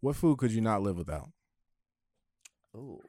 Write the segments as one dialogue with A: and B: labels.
A: What food could you not live without?
B: Ooh,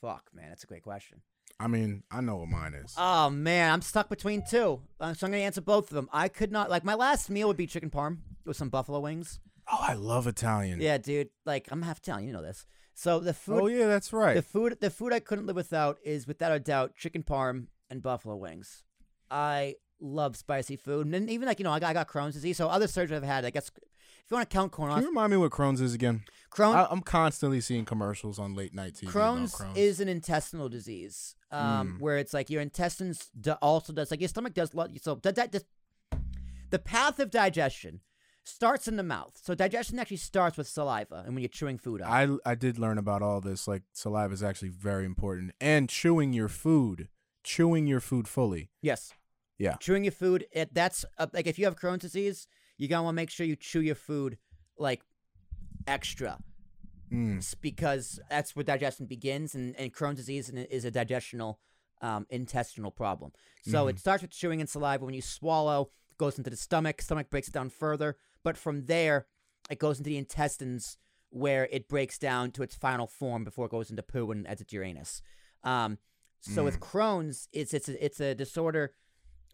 B: fuck, man, that's a great question.
A: I mean, I know what mine is.
B: Oh man, I'm stuck between two, uh, so I'm gonna answer both of them. I could not like my last meal would be chicken parm with some buffalo wings.
A: oh, I love Italian.
B: Yeah, dude, like I'm half Italian, you know this. So the food,
A: oh yeah, that's right.
B: the food, the food I couldn't live without is without a doubt chicken parm and buffalo wings. I love spicy food, and then even like you know I got, I got Crohn's disease, so other surgery I've had. I guess if you want to count corn
A: Can
B: off,
A: you remind me what Crohn's is again?
B: Crohn's,
A: I, I'm constantly seeing commercials on late night TV. about
B: Crohn's, is an intestinal disease, um, where it's like your intestines do- also does like your stomach does. lo- So di- di- dis- the path of digestion starts in the mouth. So digestion actually starts with saliva, and when you're chewing food up,
A: I I did learn about all this. Like saliva is actually very important, and chewing your food, chewing your food fully.
B: yes,
A: Yeah.
B: chewing your food. It, that's uh, like if you have Crohn's disease, you gotta want to make sure you chew your food like extra.
A: Mm.
B: s- because that's where digestion begins, and, and Crohn's disease is- is a digestional, um, intestinal problem. So
A: Mm-hmm.
B: it starts with chewing and saliva. When you swallow, it goes into the stomach. Stomach breaks it down further, but from there, it goes into the intestines, where it breaks down to its final form before it goes into poo and exits your anus. Um, so with
A: Mm.
B: Crohn's, it's it's a, it's a disorder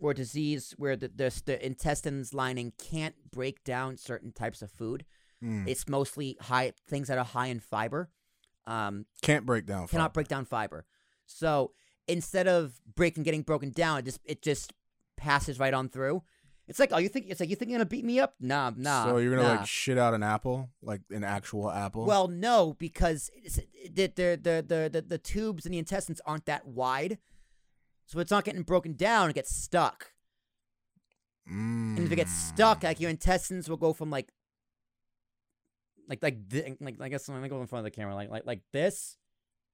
B: or disease where the, the the intestines lining can't break down certain types of food.
A: Mm.
B: It's mostly high things that are high in fiber. Um,
A: Can't break down.
B: cannot
A: fiber.
B: break down fiber. So instead of breaking getting broken down, it just it just passes right on through. It's like, oh, you think it's like you think you're gonna beat me up? Nah, nah.
A: So you're gonna
B: nah.
A: like shit out an apple, like an actual apple.
B: Well, no, because it's, the, the, the, the, the, the tubes in the intestines aren't that wide. So it's not getting broken down, it gets stuck.
A: mm.
B: And if it gets stuck, like your intestines will go from like, like like thi- like I guess I'm gonna go in front of the camera, like like like this,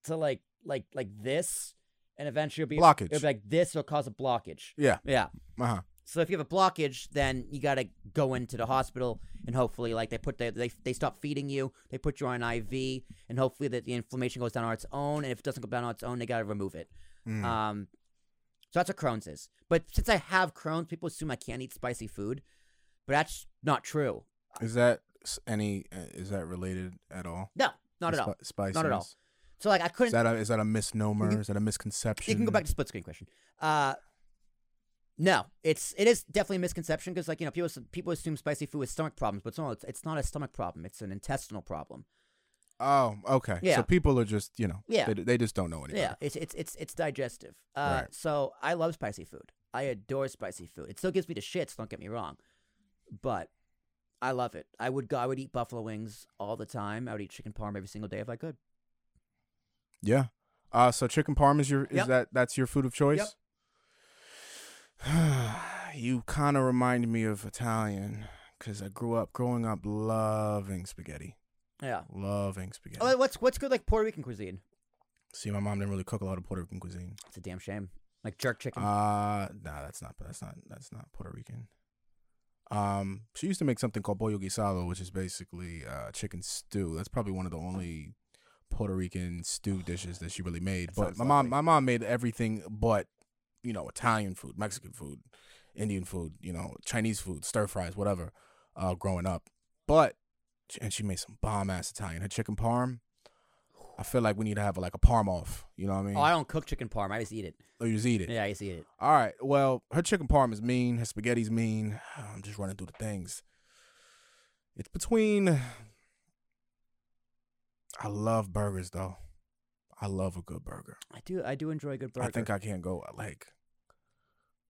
B: to like like like this, and eventually it'll be
A: Blockage.
B: It'll be like this will cause a blockage.
A: yeah,
B: Yeah.
A: uh huh.
B: So if you have a blockage, then you gotta go into the hospital and hopefully, like they put the, they they stop feeding you, they put you on an IV, and hopefully that the inflammation goes down on its own. And if it doesn't go down on its own, they gotta remove it. Um, so that's what Crohn's is. But since I have Crohn's, people assume I can't eat spicy food, but that's not true.
A: Is that s- any? uh, Is that related at all?
B: No, not at all.
A: Spicy.
B: Not at all. So like I
A: Is
B: couldn't.
A: that a, is that a misnomer? Is that a misconception?
B: you Mm-hmm. can go back to split screen question. Uh, no, it's it is definitely a misconception because like you know people people assume spicy food is stomach problems, but it's not. It's, it's not a stomach problem. It's an intestinal problem.
A: Oh, okay.
B: Yeah.
A: So people are just you know.
B: Yeah.
A: They, they just don't know anything.
B: Yeah, it's it's it's it's digestive. Uh,
A: Right.
B: so I love spicy food. I adore spicy food. It still gives me the shits. Don't get me wrong, but I love it. I would go. I would eat buffalo wings all the time. I would eat chicken parm every single day if I could.
A: Yeah. Uh so chicken parm is your is
B: Yep.
A: that that's your food of choice? you kind of remind me of Italian cuz I grew up growing up loving spaghetti.
B: Yeah.
A: Loving spaghetti.
B: Oh, what's what's good like Puerto Rican cuisine?
A: See, my mom didn't really cook a lot of Puerto Rican cuisine.
B: It's a damn shame. Like jerk chicken.
A: Uh nah, that's not that's not that's not Puerto Rican. Um she used to make something called pollo guisado, which is basically uh chicken stew. That's probably one of the only Puerto Rican stew dishes that she really made.
B: That
A: But
B: sounds
A: my mom
B: lovely.
A: my mom made everything but you know, Italian food, Mexican food, Indian food, you know, Chinese food, stir fries, whatever, uh growing up. But and she made some bomb ass Italian. Her chicken parm I feel like we need to have like a parm off. You know what I mean?
B: oh, I don't cook chicken parm. I just eat it.
A: or you just eat it.
B: Yeah, I just eat it.
A: All right. Well, her chicken parm is mean. Her spaghetti's mean. I'm just running through the things. It's between. I love burgers though. I love a good burger.
B: I do. I do enjoy a good burger.
A: I think I can't go like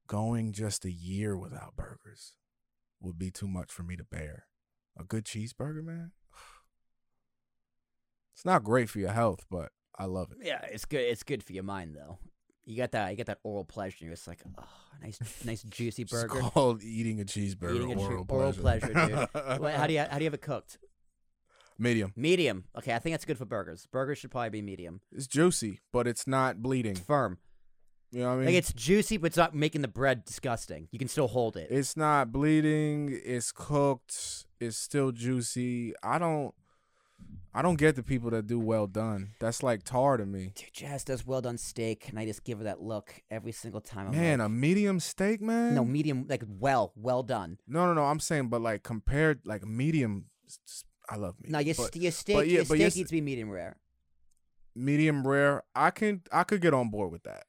A: going just a year without burgers would be too much for me to bear. A good cheeseburger, man. It's not great for your health, but I love it.
B: Yeah, it's good. It's good for your mind though. You got that. You got that oral pleasure. You're just like, oh, nice, nice juicy
A: It's
B: burger.
A: called eating a cheeseburger.
B: Eating a che-
A: oral,
B: oral
A: pleasure.
B: pleasure, Wait, how do you how do you have it cooked?
A: Medium.
B: Medium. Okay, I think that's good for burgers. Burgers should probably be medium.
A: It's juicy, but it's not bleeding.
B: Firm.
A: You know what Mm. I mean?
B: Like it's juicy, but it's not making the bread disgusting. You can still hold it.
A: it's not bleeding. It's cooked. It's still juicy. I don't. I don't get the people that do well done. That's like tar to me.
B: Dude, Jazz does well done steak, and I just give her that look every single time. I'm
A: Man,
B: like,
A: a medium steak, man.
B: no medium, like well, well done.
A: no, no, no. I'm saying, but like compared, like medium. s- s- I love meat.
B: Now your
A: but
B: st- your steak,
A: yeah,
B: your
A: but
B: steak
A: your
B: needs
A: st-
B: to be medium rare.
A: medium rare, I can I could get on board with that.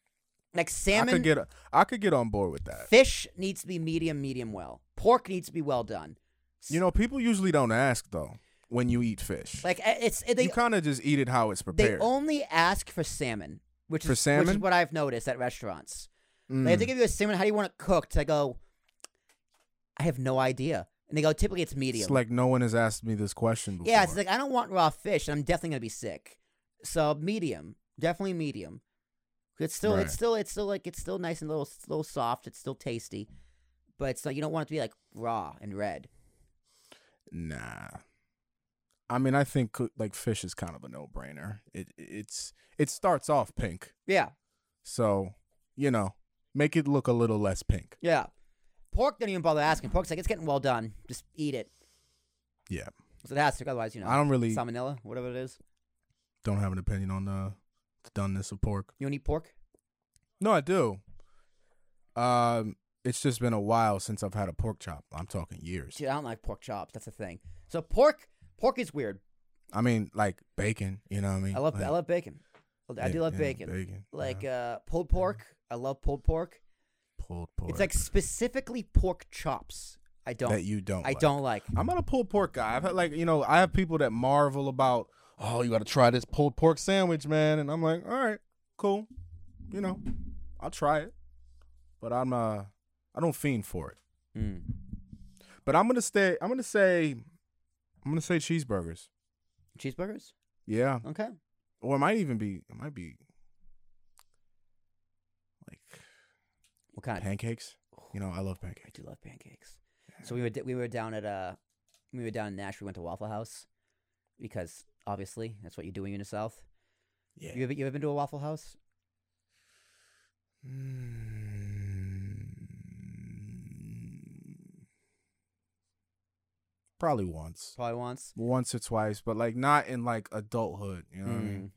B: Like
A: I could
B: salmon,
A: get I could get on board with that.
B: fish needs to be medium, medium well. Pork needs to be well done.
A: You know, people usually don't ask though when you eat fish.
B: Like uh, it's they
A: you kind of just eat it how it's
B: they
A: prepared.
B: only ask for salmon, which is
A: For
B: which
A: salmon?
B: is what I've noticed at restaurants.
A: Mm.
B: Like if they give you a salmon, how do you want it cooked? I go, I have no idea. And they go, typically it's medium.
A: It's like no one has asked me this question before.
B: yeah, it's like I don't want raw fish, and I'm definitely gonna be sick. So medium, definitely medium. It's still,
A: Right.
B: it's still, it's still like it's still nice and little, little soft. It's still tasty, but it's not. You don't want it to be like raw and red.
A: nah. I mean, I think coo- like fish is kind of a no-brainer. It it's it starts off pink,
B: Yeah,
A: so you know, make it look a little less pink.
B: yeah. Pork don't even bother asking. Pork's like it's getting well done. Just eat it.
A: Yeah,
B: So it has to. Otherwise, you know,
A: I don't really
B: salmonella, whatever it is.
A: don't have an opinion on the, the doneness of pork.
B: You don't eat pork.
A: No, I do. Um, it's just been a while since I've had a pork chop. I'm talking years.
B: Dude, I don't like pork chops. That's the thing. So pork, pork is weird.
A: I mean, like bacon. You know what I mean?
B: I love,
A: Like,
B: I love bacon. I do
A: yeah,
B: love
A: yeah,
B: bacon.
A: Bacon.
B: Like
A: yeah.
B: uh, pulled pork. I love pulled pork.
A: pulled pork.
B: It's like specifically pork chops. I don't.
A: that. You don't.
B: I
A: like.
B: don't like.
A: I'm not a pulled pork guy. I've had like you know I have people that marvel about oh you got to try this pulled pork sandwich man and I'm like all right cool you know I'll try it but I'm uh I don't fiend for it
B: Mm.
A: but I'm gonna stay I'm gonna say I'm gonna say cheeseburgers
B: Cheeseburgers.
A: yeah
B: Okay.
A: or it might even be it might be like
B: What kind?
A: pancakes you know I love
B: I
A: pancakes
B: do love pancakes. So we were we were down at uh we were down in Nash. We went to Waffle House because obviously that's what you do when you're in the South. You
A: yeah
B: ever you ever been to a Waffle House?
A: Mm. probably once
B: Probably once.
A: once or twice, but like not in like adulthood. You know what I mean?
B: Mm.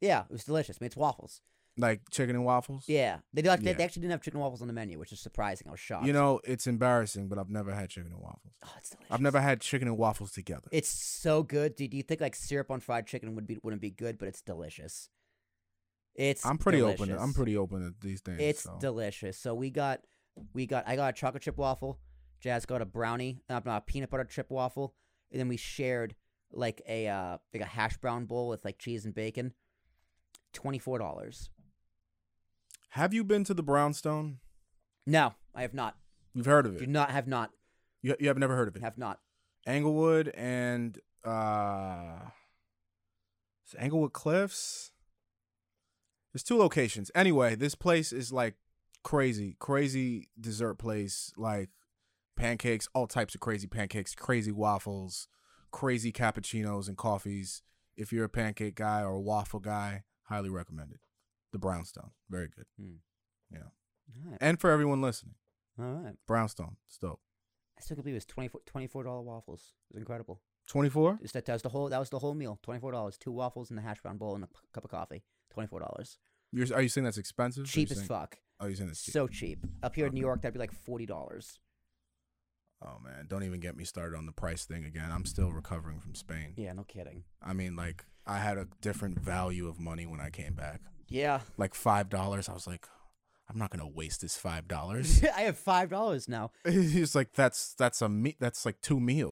B: Yeah, it was delicious. I mean, it's waffles.
A: Like chicken and waffles.
B: Mm. Yeah, they do. Like, they,
A: Yeah.
B: they actually didn't have chicken waffles on the menu, which is surprising. I was shocked.
A: You know, it's embarrassing, but I've never had chicken and waffles.
B: oh, it's delicious.
A: I've never had chicken and waffles together.
B: It's so good. Dude, do you think like syrup on fried chicken would be wouldn't be good, but it's delicious. It's
A: I'm pretty open. To,
B: delicious.
A: I'm pretty open to these things.
B: It's
A: so.
B: delicious. So we got we got I got a chocolate chip waffle. Jazz got a brownie, uh, no, a peanut butter chip waffle, and then we shared like a uh, like a hash brown bowl with like cheese and bacon. Twenty four dollars.
A: Have you been to the Brownstone?
B: No, I have not.
A: You've heard of
B: Do
A: it.
B: not have not
A: You, you have never heard of it.
B: have not.
A: Anglewood and uh, is it Anglewood Cliffs. There's two locations. Anyway, this place is like crazy, crazy dessert place. Like pancakes, all types of crazy pancakes, crazy waffles, crazy cappuccinos and coffees. If you're a pancake guy or a waffle guy, highly recommended. The Brownstone, very good.
B: Hmm. All right.
A: And for everyone listening,
B: All right.
A: Brownstone, it's dope.
B: I still can't believe it was 24 24 dollar waffles. It was incredible.
A: 24?
B: Is that, that was the whole that was the whole meal. Twenty four dollars, two waffles and a hash brown bowl and a p- cup of coffee. Twenty four dollars,
A: You're, are you saying that's expensive? or you're
B: cheap as
A: saying-
B: fuck,
A: Oh, you're saying that's cheap.
B: so cheap. Up here in New York, that'd be like forty dollars.
A: Oh man, don't even get me started on the price thing again. I'm still recovering from Spain.
B: Yeah, no kidding.
A: I mean, like I had a different value of money when I came back.
B: Yeah,
A: Like five dollars, I was like, I'm not gonna waste this five dollars.
B: I have five dollars now.
A: it's like that's that's a me- that's like two